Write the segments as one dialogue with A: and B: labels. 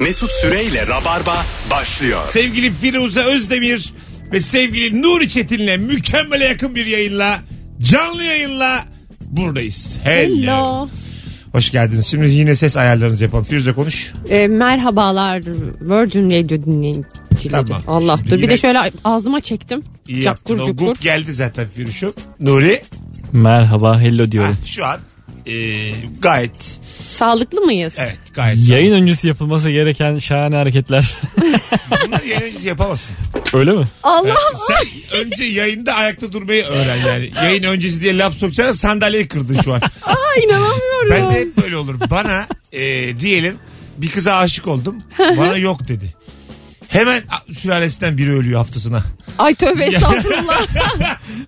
A: Mesut Süreyle Rabarba başlıyor.
B: Sevgili Firuze Özdemir ve sevgili Nuri Çetin'le mükemmele yakın bir yayınla, canlı yayınla buradayız.
C: Hello.
B: Hoş geldiniz. Şimdi yine ses ayarlarınızı yapalım. Firuze konuş.
C: Ee, merhabalar Virgin Radio dinleyicileri.
B: Tamam.
C: Allah
B: Şimdi
C: dur. Bir
B: yine-
C: de şöyle ağzıma çektim.
B: İyi
C: Cakur
B: yaptın. O
C: cukur.
B: gup geldi zaten Firuş'um. Nuri
D: Merhaba, hello diyorum.
B: ah, şu an e, gayet
C: Sağlıklı mıyız?
B: evet gayet.
D: Yayın öncesi yapılması gereken şahane hareketler.
B: Bunları yayın öncesi yapamazsın.
D: Öyle mi?
C: Allah
B: Sen önce yayında ayakta durmayı öğren yani. Yayın öncesi diye laf sokacağına sandalyeyi kırdın şu an.
C: Aa, inanamıyorum.
B: Ben de hep böyle olur. Bana e, diyelim bir kıza aşık oldum. Bana yok dedi. Hemen a- sülalesinden biri ölüyor haftasına.
C: Ay tövbe estağfurullah.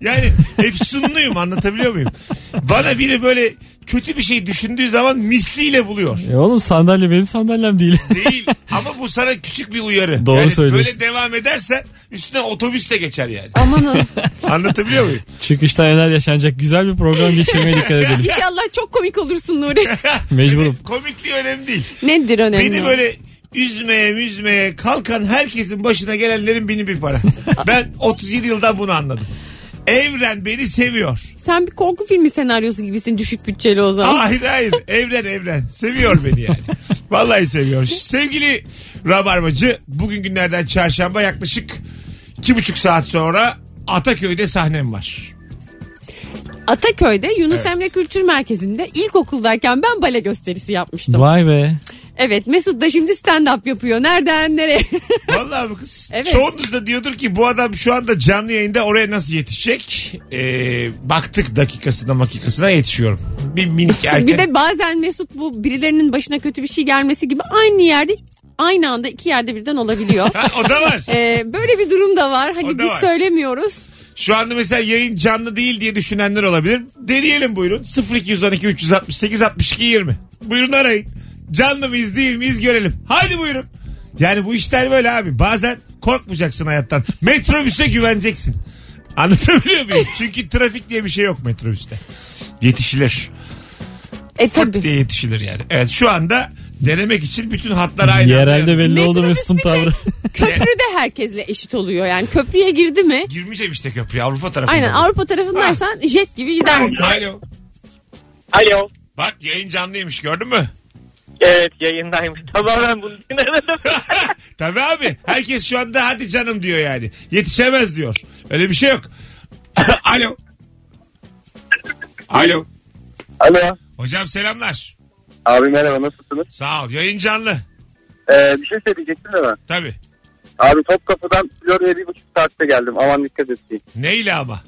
B: Yani efsunluyum anlatabiliyor muyum? Bana biri böyle kötü bir şey düşündüğü zaman misliyle buluyor.
D: E oğlum sandalye benim sandalyem değil.
B: Değil ama bu sana küçük bir uyarı.
D: Doğru
B: yani
D: söylüyorsun.
B: Böyle devam edersen üstüne otobüs de geçer yani.
C: Amanın.
B: Anlatabiliyor muyum?
D: Çıkışta neler yaşanacak güzel bir program geçirmeye dikkat edelim.
C: İnşallah çok komik olursun Nuri.
D: Mecburum.
B: Komikliği önemli değil.
C: Nedir önemli?
B: Beni böyle üzmeye üzmeye kalkan herkesin başına gelenlerin bini bir para. ben 37 yıldan bunu anladım. Evren beni seviyor.
C: Sen bir korku filmi senaryosu gibisin düşük bütçeli o zaman.
B: Hayır hayır evren evren seviyor beni yani. Vallahi seviyor. Sevgili Rabarbacı bugün günlerden çarşamba yaklaşık iki buçuk saat sonra Ataköy'de sahnem var.
C: Ataköy'de Yunus
B: Evet.
C: Emre Kültür Merkezi'nde ilkokuldayken ben bale gösterisi yapmıştım.
D: Vay be.
C: Evet Mesut da şimdi stand up yapıyor. Nereden nereye?
B: Vallahi bu kız.
C: Evet.
B: Çoğunuz da diyordur ki bu adam şu anda canlı yayında oraya nasıl yetişecek? Ee, baktık dakikasına makikasına yetişiyorum. Bir minik erken.
C: Bir de bazen Mesut bu birilerinin başına kötü bir şey gelmesi gibi aynı yerde aynı anda iki yerde birden olabiliyor.
B: Ha, o da var.
C: Ee, böyle bir durum da var. Hani
B: O da
C: biz
B: var.
C: söylemiyoruz.
B: Şu anda mesela yayın canlı değil diye düşünenler olabilir. Deneyelim buyurun. 0212 368 62 20. Buyurun arayın. Canlı mıyız değil miyiz görelim. Haydi buyurun. Yani bu işler böyle abi. Bazen korkmayacaksın hayattan. Metrobüse güveneceksin. Anlatabiliyor muyum? Çünkü trafik diye bir şey yok metrobüste. Yetişilir.
C: E
B: Fırt
C: tabii.
B: diye yetişilir yani. Evet şu anda denemek için bütün hatlar aynı. anda-
D: Yerelde belli oldu
C: Metrobüs
D: Mesut'un
C: bir tek-
D: tavrı.
C: Köprü de herkesle eşit oluyor. Yani köprüye girdi mi?
B: Girmeyeceğim işte köprüye Avrupa tarafında.
C: Aynen Avrupa tarafındaysan
B: Ah.
C: jet gibi gidersin.
B: Alo.
E: Alo.
B: Bak yayın canlıymış gördün mü?
E: Evet yayındaymış. Tamamen bunu dinledim.
B: Tabii abi. Herkes şu anda hadi canım diyor yani. Yetişemez diyor. Öyle bir şey yok. Alo. Alo.
E: Alo.
B: Hocam selamlar.
E: Abi merhaba nasılsınız?
B: Sağ ol. Yayın canlı.
E: Ee, bir şey söyleyecektim de ben.
B: Tabii.
E: Abi Topkapı'dan Florya'ya bir buçuk saatte geldim. Aman dikkat etsin.
B: Neyle ama?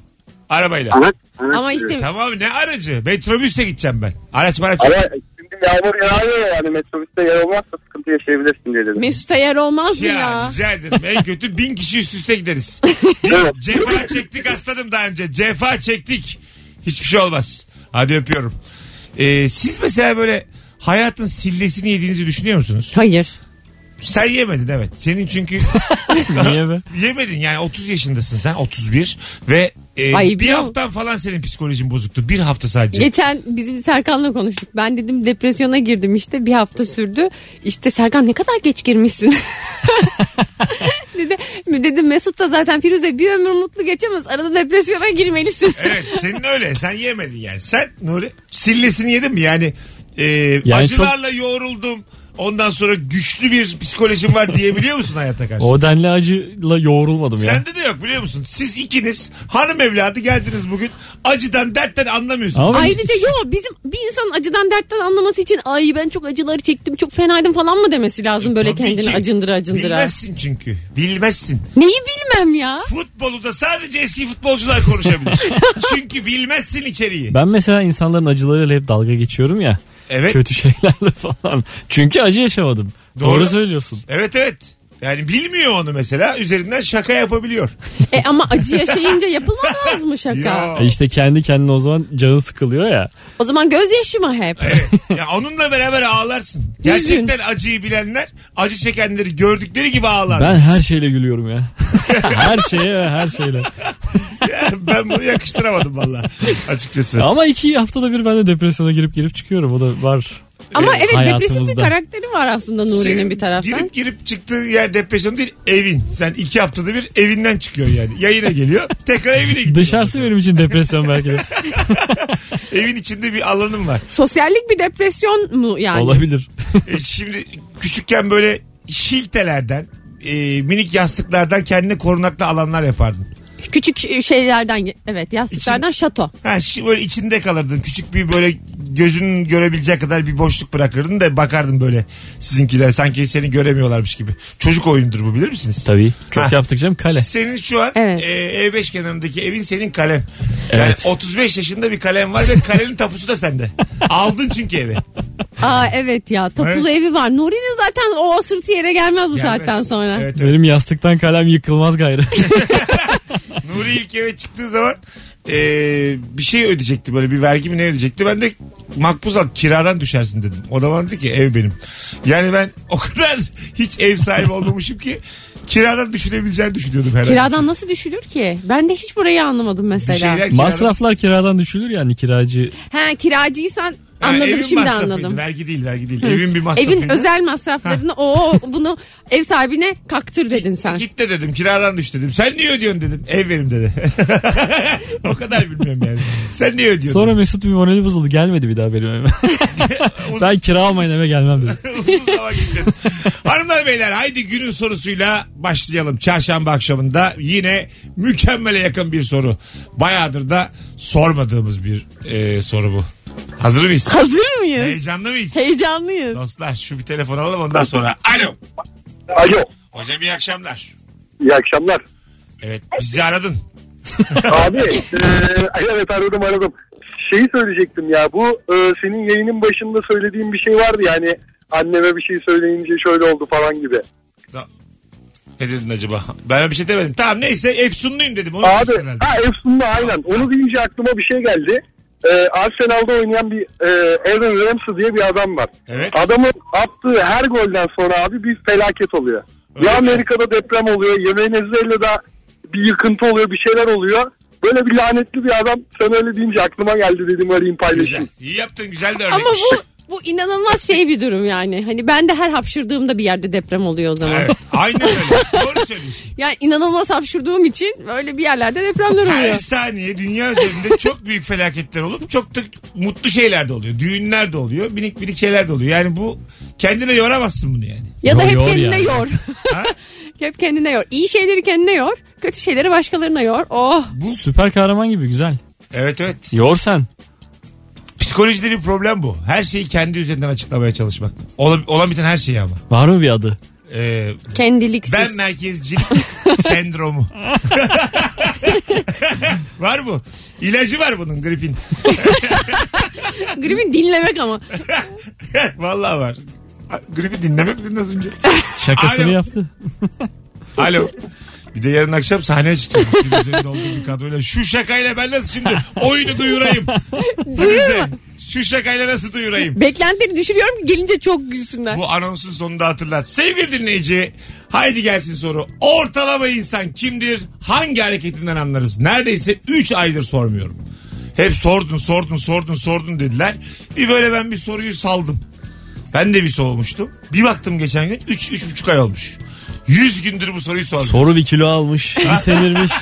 B: Arabayla.
E: Evet. evet.
C: Ama işte
B: Tamam ne aracı? Metrobüste gideceğim ben. Araç maraç. yok.
E: Ama şimdi yağmur yağıyor ya, yani metrobüste yer olmazsa sıkıntı yaşayabilirsin diye dedim.
C: Mesut'a yer olmaz mı
B: Ya,
C: ya?
B: rica ederim. En kötü bin kişi üst üste gideriz.
E: Evet.
B: Cefa çektik aslanım daha önce. Cefa çektik. Hiçbir şey olmaz. Hadi öpüyorum. Ee, siz mesela böyle hayatın sillesini yediğinizi düşünüyor musunuz?
C: Hayır.
B: Sen yemedin evet. Senin çünkü
D: Niye be?
B: yemedin yani 30 yaşındasın sen 31 ve e,
C: Ay,
B: bir
C: biliyor-
B: haftan falan senin psikolojin bozuktu. Bir hafta sadece.
C: Geçen bizim Serkan'la konuştuk. Ben dedim depresyona girdim işte bir hafta sürdü. İşte Serkan ne kadar geç girmişsin. dedi, dedim Mesut da zaten Firuze bir ömür mutlu geçemez. Arada depresyona girmelisin.
B: Evet senin öyle sen yemedin yani. Sen Nuri sillesini yedin mi yani, e,
D: çok-
B: acılarla yoğruldum ondan sonra güçlü bir psikolojim var diyebiliyor musun hayata karşı?
D: O denli acıyla yoğrulmadım ya.
B: Sende de yok biliyor musun? Siz ikiniz hanım evladı geldiniz bugün. Acıdan dertten anlamıyorsunuz.
D: Ama
C: Ayrıca yo bizim bir insanın acıdan dertten anlaması için ay ben çok acılar çektim çok fenaydım falan mı demesi lazım böyle
B: E, Tabii
C: kendini
B: ki.
C: acındıra acındıra.
B: Bilmezsin çünkü. Bilmezsin.
C: Neyi bilmem ya?
B: Futbolu da sadece eski futbolcular konuşabilir. Çünkü bilmezsin içeriği.
D: ben mesela insanların acılarıyla hep dalga geçiyorum ya.
B: Evet.
D: Kötü şeylerle falan. Çünkü acı yaşamadım.
B: Doğru.
D: Doğru, söylüyorsun.
B: Evet evet. Yani bilmiyor onu mesela üzerinden şaka yapabiliyor.
C: E ama acı yaşayınca yapılmaz mı şaka?
B: Ya.
D: E işte kendi kendine o zaman canın sıkılıyor ya.
C: O zaman gözyaşıma hep.
B: Evet. Ya onunla beraber ağlarsın. Gerçekten acıyı bilenler acı çekenleri gördükleri gibi ağlar. Ben,
D: Ben her şeyle gülüyorum ya. her şeye ve her şeyle.
B: ben bunu yakıştıramadım valla açıkçası.
D: Ama iki haftada bir ben de depresyona girip girip çıkıyorum. O da var.
B: e,
C: Ama evet depresif bir
D: hayatımızda.
C: karakteri var aslında Nuri'nin
B: Senin
C: bir taraftan.
B: Girip girip çıktığın yer depresyon değil evin. Sen iki haftada bir evinden çıkıyorsun yani. Yayına geliyor tekrar evine gidiyor.
D: Dışarısı benim için depresyon belki de.
B: Evin içinde bir alanın var.
C: Sosyallik bir depresyon mu yani?
D: Olabilir.
B: E, şimdi küçükken böyle şiltelerden e, minik yastıklardan kendine korunaklı alanlar yapardın.
C: Küçük e, şeylerden evet yastıklardan şato.
B: Ha, şi- böyle içinde kalırdın. Küçük bir böyle gözünün görebilecek kadar bir boşluk bırakırdın da bakardın böyle sizinkiler sanki seni göremiyorlarmış gibi. Çocuk oyunudur bu bilir misiniz?
D: Tabii. Çok
B: Ha.
D: yaptık canım kale.
B: Senin şu an
C: Evet.
B: e, E5 kenarındaki evin senin kalem. Yani
D: Evet.
B: 35 yaşında bir kalem var ve kalenin tapusu da sende. Aldın çünkü evi.
C: Aa evet ya tapulu evi var. Nuri'nin zaten o sırtı yere gelmez bu
B: Gelmez.
C: saatten sonra.
B: Evet, evet.
D: Benim yastıktan kalem yıkılmaz gayrı.
B: Nuri ilk eve çıktığı zaman e, bir şey ödeyecekti böyle bir vergi mi ne ödeyecekti. Ben de makbuz al kiradan düşersin dedim. O da bana dedi ki ev benim. Yani ben o kadar hiç ev sahibi olmamışım ki kiradan düşünebileceğini düşünüyordum herhalde.
C: Kiradan nasıl düşülür ki? Ben de hiç burayı anlamadım
B: Bir
C: mesela.
B: şeyler kiradan-
D: Masraflar kiradan düşülür yani kiracı.
C: Ha kiracıysan
B: Ha,
C: anladım
B: evin
C: şimdi
B: masrafıydı.
C: anladım.
B: Vergi değil vergi değil. Evin bir masrafıydı.
C: Evin özel masraflarını o bunu ev sahibine kaktır dedin sen.
B: Git de dedim kiradan düş dedim. Sen niye ödüyorsun dedim. Ev benim dedi. o kadar bilmiyorum yani. Sen niye ödüyorsun?
D: Sonra Mesut bir morali bozuldu. Gelmedi bir daha benim evime. ben kira almayın eve gelmem dedi.
B: Uzun zaman gittin. Hanımlar beyler haydi günün sorusuyla başlayalım. Çarşamba akşamında yine mükemmele yakın bir soru. Bayağıdır da sormadığımız bir e, soru bu. Hazır mıyız?
C: Hazır mıyız?
B: Heyecanlı mıyız?
C: Heyecanlıyız.
B: Dostlar şu bir telefon alalım ondan sonra. Alo.
E: Alo.
B: Hocam iyi akşamlar.
E: İyi akşamlar.
B: Evet bizi aradın.
E: Abi eee, evet aradım aradım. Şeyi söyleyecektim ya bu eee, senin yayının başında söylediğin bir şey vardı yani anneme bir şey söyleyince şöyle oldu falan gibi.
B: Ne dedin acaba? Ben bir şey demedim. Tamam neyse Efsunluyum dedim. Onu
E: Abi
B: diyorsun herhalde.
E: ha Efsun'la aynen onu deyince aklıma bir şey geldi. Eee Arsenal'da oynayan bir eee Aaron Ramsey diye bir adam var.
B: Evet.
E: Adamın attığı her golden sonra abi bir felaket oluyor.
B: Öyle
E: ya
B: mi?
E: Amerika'da deprem oluyor ya Venezuela'da bir yıkıntı oluyor bir şeyler oluyor. Böyle bir lanetli bir adam sen öyle deyince aklıma geldi dedim arayayım
B: Güzel.
E: paylaşayım.
B: İyi yaptın güzel de örnek.
C: Ama bu bu inanılmaz şey bir durum yani. Hani ben de her hapşırdığımda bir yerde deprem oluyor o zaman.
B: Evet, aynen öyle. Doğru söylüyorsun.
C: Yani inanılmaz hapşırdığım için böyle bir yerlerde depremler
B: Her
C: oluyor.
B: saniye dünya üzerinde çok büyük felaketler olup çok da mutlu şeyler de oluyor. Düğünler de oluyor. Minik minik şeyler de oluyor. Yani bu kendine yoramazsın bunu yani.
C: Ya da
D: Yo-
C: hep
D: yor
C: kendine
D: yani.
C: yor.
B: Ha?
C: hep kendine yor. İyi şeyleri kendine yor. Kötü şeyleri başkalarına yor. Oh.
D: Süper kahraman gibi güzel.
B: Evet evet.
D: Yor sen.
B: Psikolojide bir problem bu. Her şeyi kendi üzerinden açıklamaya çalışmak. Olan, olan biten her şeyi ama.
D: Var mı bir adı?
B: Ee,
C: Kendiliksiz.
B: ben merkezcilik sendromu. var bu. İlacı var bunun gripin.
C: Grip'i dinlemek ama.
B: Vallahi var. Gripi dinlemek mi dedin az önce?
D: Şakasını
B: Alo.
D: yaptı.
B: Alo. Bir de yarın akşam sahneye çıkacağım. Şimdi üzerinde olduğum bir kadroyla. Şu şakayla ben nasıl şimdi oyunu duyurayım? Firuze, Şu şakayla nasıl duyurayım?
C: Beklentileri düşürüyorum ki gelince çok gülsünler.
B: Bu anonsun sonunda hatırlat. Sevgili dinleyici haydi gelsin soru. Ortalama insan kimdir? Hangi hareketinden anlarız? Neredeyse 3 aydır sormuyorum. Hep sordun sordun sordun sordun dediler. Bir böyle ben bir soruyu saldım. Ben de bir soğumuştum. Bir baktım geçen gün 3-3,5 ay olmuş. 100 gündür bu soruyu sordum.
D: Soru bir kilo almış. Bir semirmiş.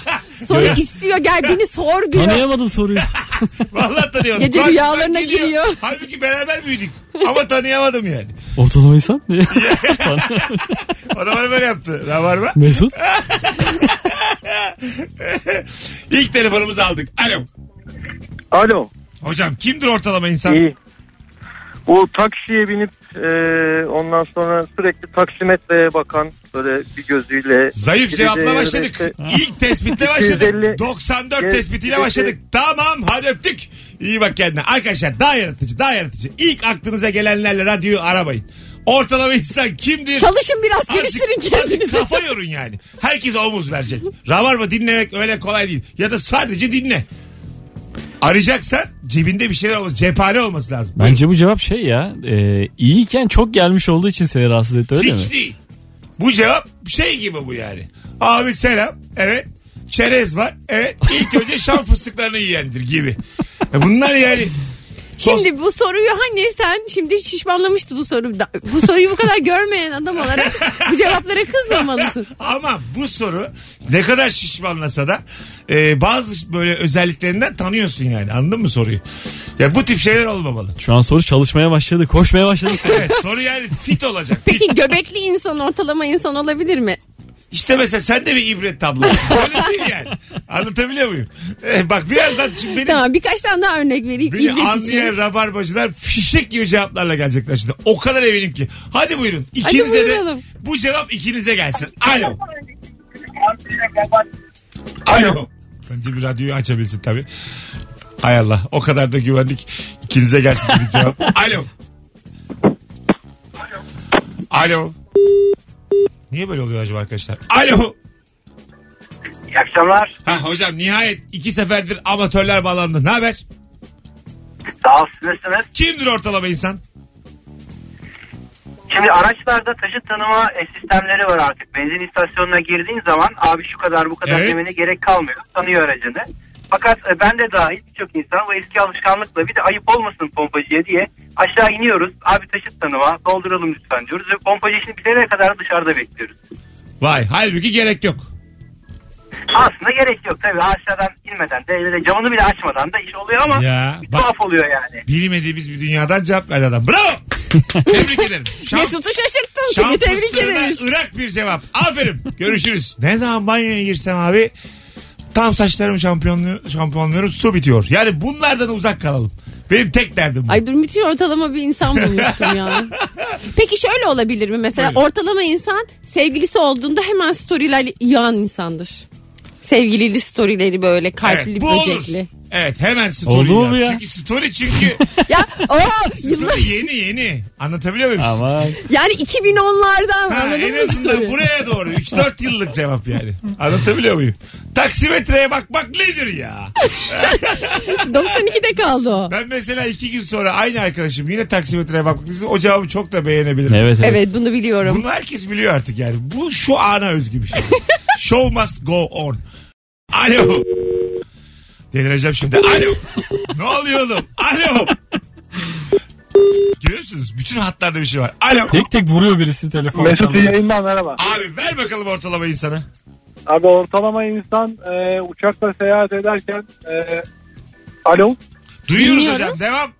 C: Sonra istiyor gel beni sor diyor.
D: Tanıyamadım soruyu.
B: Vallahi tanıyorum.
C: Gece
B: Karşıdan
C: rüyalarına giriyor.
B: Halbuki beraber büyüdük. Ama tanıyamadım yani.
D: Ortalama insan. Tanı-
B: O da bana böyle yaptı. Ne var mı?
D: Mesut.
B: İlk telefonumuzu aldık. Alo.
F: Alo.
B: Hocam kimdir ortalama insan?
F: iyi. Bu taksiye binip e, ondan sonra sürekli taksimetreye bakan böyle bir gözüyle.
B: Zayıf cevapla başladık. İlk tespitle başladık.
F: 250
B: 94
F: Evet,
B: tespitiyle başladık. Tamam hadi öptük. İyi bak kendine. Arkadaşlar daha yaratıcı daha yaratıcı. İlk aklınıza gelenlerle radyoyu aramayın. Ortalama insan kimdir?
C: Çalışın biraz
B: Azıcık-
C: geliştirin
B: azıcık
C: kendinizi.
B: kafa yorun yani. Herkes omuz verecek. Rabarba dinlemek öyle kolay değil. Ya da sadece dinle. Arayacaksan cebinde bir şeyler olması, cephane olması lazım.
D: Bence bu cevap şey ya. E, iyiyken çok gelmiş olduğu için seni rahatsız etti öyle
B: Hiç
D: mi?
B: değil. Bu cevap şey gibi bu yani. Abi selam. Evet. Çerez var. Evet. İlk önce şam fıstıklarını yiyendir gibi. E Bunlar yani Sos-
C: Şimdi bu soruyu hani sen şimdi şişmanlamıştı bu soru. Da- Bu soruyu bu kadar görmeyen adam olarak bu cevaplara kızmamalısın.
B: Ama bu soru ne kadar şişmanlasa da e, bazı böyle özelliklerinden tanıyorsun yani. Anladın mı soruyu? Ya bu tip şeyler olmamalı.
D: Şu an soru çalışmaya başladı. Koşmaya başladı.
B: Evet soru yani fit olacak. Fit.
C: Peki göbekli insan ortalama insan olabilir mi?
B: İşte mesela sen de bir ibret tablosu. Öyle değil yani. Anlatabiliyor muyum? E, bak birazdan şimdi benim
C: Tamam birkaç tane daha örnek vereyim.
B: Beni
C: ibret için.
B: anlayan rabarbacılar fişek gibi cevaplarla gelecekler şimdi. O kadar eminim ki. Hadi buyurun.
C: Hadi
B: İkinize de
C: buyuralım.
B: bu cevap ikinize gelsin. Alo. Alo. Bence bir radyoyu açabilsin tabii. Hay Allah o kadar da güvendik. İkinize gelsin dedik cevap. Alo. Alo. Niye böyle oluyor acaba arkadaşlar? Alo.
G: İyi akşamlar.
B: Ha hocam nihayet iki seferdir amatörler bağlandı. Ne haber?
G: Sağ ol, siz nasılsınız?
B: Kimdir ortalama insan?
G: Şimdi araçlarda taşıt tanıma e, sistemleri var artık. Benzin istasyonuna girdiğin zaman abi şu kadar bu kadar
B: Evet.
G: demene gerek kalmıyor. Tanıyor aracını. Fakat e, ben de dahil birçok insan bu eski alışkanlıkla bir de ayıp olmasın pompacıya diye aşağı iniyoruz. Abi taşıt tanıma dolduralım lütfen diyoruz. Ve pompacı işini bitene kadar dışarıda bekliyoruz.
B: Vay halbuki gerek yok.
G: Aslında gerek yok tabii aşağıdan inmeden de, de camını bile açmadan da iş oluyor ama
B: Ya,
G: bir
B: bak-
G: tuhaf oluyor yani.
B: Bilmediğimiz bir dünyadan cevap verdi adam. Bravo. Tebrik ederim. Şans,
C: Mesut'u şaşırttın
B: şans
C: seni tebrik
B: fıstığına
C: ederiz.
B: ırak bir cevap. Aferin. Görüşürüz. ne zaman banyoya girsem abi tam saçlarım şampiyonlu, şampuanlıyorum su bitiyor. Yani bunlardan uzak kalalım. Benim tek derdim bu.
C: Ay dur müthiş ortalama bir insan bulmuştum ya. Peki şöyle olabilir mi mesela
B: Buyurun.
C: ortalama insan sevgilisi olduğunda hemen storylerle yağan insandır. Sevgilili storyleri böyle kalpli
B: Evet, bu
C: böcekli.
B: olur. Evet hemen story.
D: Oldu mu bu
B: ya.
D: ya?
B: Çünkü story çünkü
C: Ya o yıllar
B: story yeni yeni. Anlatabiliyor muyum?
D: Ama
C: yani 2010'lardan
B: Ha,
C: anladın
B: en
C: mı
B: azından
C: story?
B: buraya doğru 3-4 yıllık cevap yani. Anlatabiliyor muyum? Taksimetreye bakmak nedir ya?
C: 92'de kaldı o.
B: Ben mesela iki gün sonra aynı arkadaşım yine taksimetreye bakmak istedim. O cevabı çok da beğenebilirim.
D: evet evet.
C: Evet bunu biliyorum.
B: Bunu herkes biliyor artık yani. Bu şu ana özgü bir şey. Show must go on. Alo. Delireceğim şimdi. Alo. ne oluyor oğlum? Alo. Görüyor musunuz? Bütün hatlarda bir şey var. Alo.
D: Tek tek vuruyor birisi telefonu.
E: Mesut iyi yayınlar merhaba.
B: Abi ver bakalım ortalama insana.
E: Abi ortalama insan e, uçakla seyahat ederken e, alo
B: Duyuyoruz
C: Dinliyoruz.
B: hocam. Devam.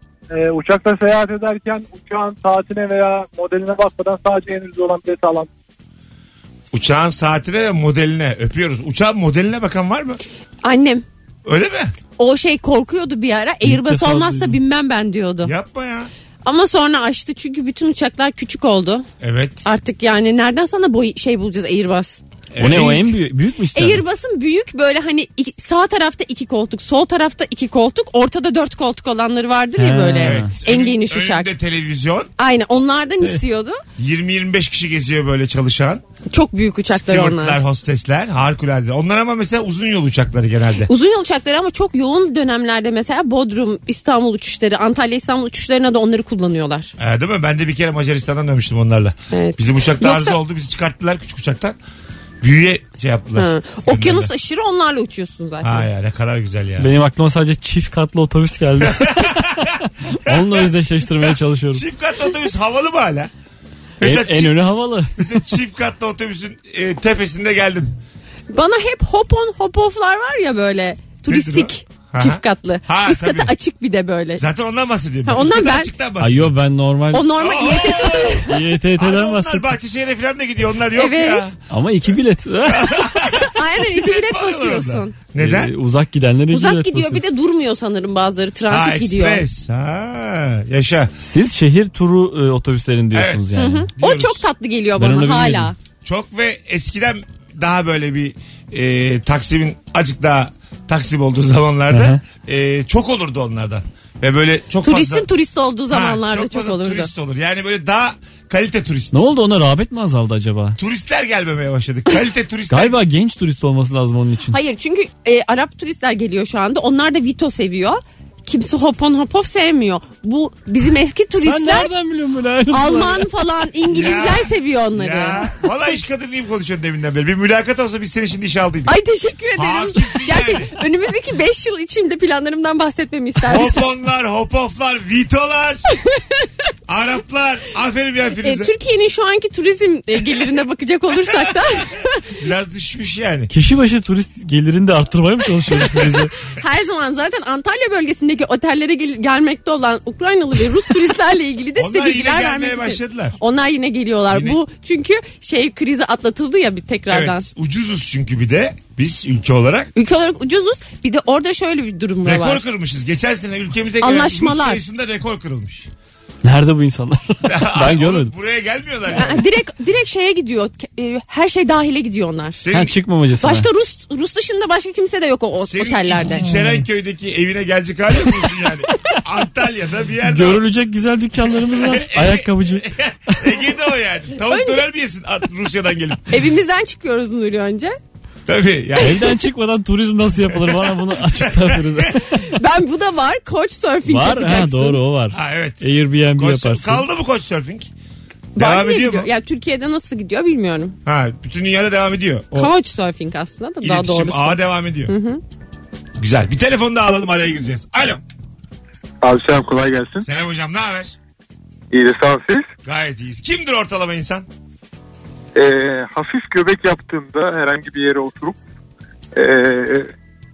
E: e, uçakla seyahat ederken uçağın saatine veya modeline bakmadan sadece en ucuz olan bileti alan.
B: Uçağın saatine ve modeline öpüyoruz. Uçağın modeline bakan var mı?
C: Annem
B: Öyle mi?
C: o şey korkuyordu bir ara. Airbus
D: defa
C: olmazsa
D: duydum.
C: binmem ben diyordu.
B: Yapma ya.
C: Ama sonra açtı çünkü bütün uçaklar küçük oldu.
B: Evet.
C: Artık yani nereden sana boy şey bulacağız Airbus?
D: O ne o en büyük, büyük mü ister?
C: Airbus'un büyük böyle hani iki- sağ tarafta iki koltuk, sol tarafta iki koltuk, ortada dört koltuk olanları vardır ya
D: Ha.
C: böyle.
D: Evet.
C: En
B: Önün-
C: geniş uçak.
B: Önünde televizyon.
C: Aynen onlardan istiyordu.
B: 20-25 kişi geziyor böyle çalışan.
C: Çok büyük uçaklar onlar.
B: Stewardlar, hostesler harikulade. Onlar ama mesela uzun yol uçakları genelde.
C: Uzun yol uçakları ama çok yoğun dönemlerde mesela Bodrum, İstanbul uçuşları, Antalya İstanbul uçuşlarına da onları kullanıyorlar.
B: Ee, değil mi? Ben de bir kere Macaristan'dan dönmüştüm onlarla.
C: Evet.
B: Bizim uçakta
C: Yoksa-
B: arıza oldu. Bizi çıkarttılar küçük uçaktan. Büyüye şey yaptılar.
C: Ha.
B: Gönderdiler.
C: Okyanus aşırı onlarla uçuyorsun zaten.
B: Ha ya ne kadar güzel ya.
D: Benim aklıma sadece çift katlı otobüs geldi. Onunla özdeşleştirmeye çalışıyorum.
B: Çift katlı otobüs havalı mı hala?
D: En,
B: Mesela,
D: en
B: çift,
D: önü havalı.
B: mesela çift katlı otobüsün e, tepesinde geldim.
C: Bana hep hop on hop off'lar var ya böyle turistik
B: o? Aha.
C: çift katlı.
B: Ha,
C: Üst katı
B: tabii.
C: açık bir de böyle.
B: Zaten ondan bahsediyorum.
C: Ha,
B: Biz
C: ondan
B: de
C: ben-
B: Açıktan
D: Ay
B: bahsediyorum.
D: yo ben normal
C: O normal
B: Oo! Ay,
D: İETT'den
B: onlar
D: bahsettim.
B: Bahçeşehir'e falan da gidiyor. Onlar yok
C: Evet.
B: ya.
D: Ama iki bilet.
C: Aynen
B: Şey
C: iki bilet
B: Yapamıyorlar onlar.
C: basıyorsun.
B: Neden?
D: Ee, uzak gidenlere iki
C: Uzak
D: bilet
C: gidiyor bir
D: basıyorsun.
C: de durmuyor sanırım bazıları
B: Ha
C: transit gidiyor.
B: ekspres. Ha yaşa.
D: Siz şehir turu e, otobüslerini diyorsunuz yani.
C: O
B: Diyoruz.
C: çok tatlı geliyor
D: Ben
C: bana
D: onu
C: hala.
D: bilmiyordum.
B: Çok ve eskiden daha böyle bir e, Taksim'in acık daha Taksim olduğu zamanlarda
D: Aha.
B: e, çok olurdu onlardan. Ve böyle çok
C: Turistin
B: fazla...
C: turist olduğu
B: Ha,
C: zamanlarda çok,
B: fazla
C: olurdu.
B: turist olur. Yani böyle daha kalite turist.
D: Ne oldu ona rağbet mi azaldı acaba?
B: Turistler gelmemeye başladı. Kalite turistler.
D: Galiba genç turist olması lazım onun için.
C: Hayır çünkü e, Arap turistler geliyor şu anda. Onlar da Vito seviyor. kimse hopon hopof sevmiyor. Bu bizim eski
D: Sen
C: turistler
D: nereden biliyorsun böyle ayrıntıları
C: Alman
D: ya?
C: falan İngilizler
B: Ya.
C: seviyor onları.
B: Ya. Valla iş kadınlıyım konuşuyorsun deminden beri. Bir mülakat olsa biz seni şimdi işe aldıydık.
C: Ay teşekkür ederim.
B: Hakimsin yani.
C: Gerçi önümüzdeki 5 yıl içinde planlarımdan bahsetmemi isterdim.
B: Hoponlar, hopoflar, vitolar, Araplar. Aferin ya
C: E,
B: Firuze.
C: Türkiye'nin şu anki turizm e, gelirine bakacak olursak da
B: Biraz düşmüş yani.
D: Kişi başı turist gelirini de arttırmaya mı çalışıyoruz bize?
C: her zaman zaten Antalya bölgesindeki otellere gel- gelmekte olan Ukraynalı ve Rus turistlerle ilgili de size
B: Onlar yine
C: bilgiler
B: gelmeye
C: vermek istedim.
B: başladılar.
C: Onlar yine geliyorlar.
B: Yine-
C: Bu çünkü şey krizi atlatıldı ya bir tekrardan.
B: Evet ucuzuz çünkü bir de biz ülke olarak.
C: Ülke olarak ucuzuz. Bir de orada şöyle bir durum da
B: Rekor
C: var.
B: kırmışız. Geçen sene ülkemize gelen
C: Anlaşmalar.
B: Rus sayısında rekor kırılmış.
D: Nerede bu insanlar? ben görmedim.
B: Oğlum Buraya gelmiyorlar. yani.
C: Yani direkt direkt şeye gidiyor. Ke- e, Her şey dahile gidiyor onlar.
B: Senin,
D: Ha çıkmamacasına.
C: Başka Rus Rus dışında başka kimse de yok o o-
B: senin
C: otellerde.
B: İçerenköy'deki evine gelecek hali mi bulursun yani? Antalya'da bir yerde. var.
D: Görülecek güzel dükkanlarımız var. Ayakkabıcı.
B: Ege'de o yani. Tavuk
C: Önce-
B: döner mi yesin At- Rusya'dan gelip?
C: Evimizden çıkıyoruz Nuri önce.
B: Tabii yani.
D: Evden çıkmadan turizm nasıl yapılır? Bana bunu açıklar Firuze.
C: Ben bu da var. Coach surfing
D: var
C: yapacaksın.
D: ha doğru o var.
B: ha evet.
D: Airbnb
B: Koç-
D: yaparsın.
B: kaldı mı koç surfing?
C: Var
B: Devam
C: diye
B: ediyor mu?
C: Ya Türkiye'de nasıl gidiyor bilmiyorum.
B: Ha, bütün dünyada devam ediyor. O
C: Couch surfing aslında da daha
B: iletişim
C: doğrusu.
B: ağı devam ediyor. Güzel. Bir telefon daha alalım araya gireceğiz. Alo.
E: Abi selam kolay gelsin.
B: Selam hocam ne haber?
E: İyi de sağ ol siz.
B: Gayet iyiyiz. Kimdir ortalama insan?
E: Ee, hafif göbek yaptığımda herhangi bir yere oturup ee,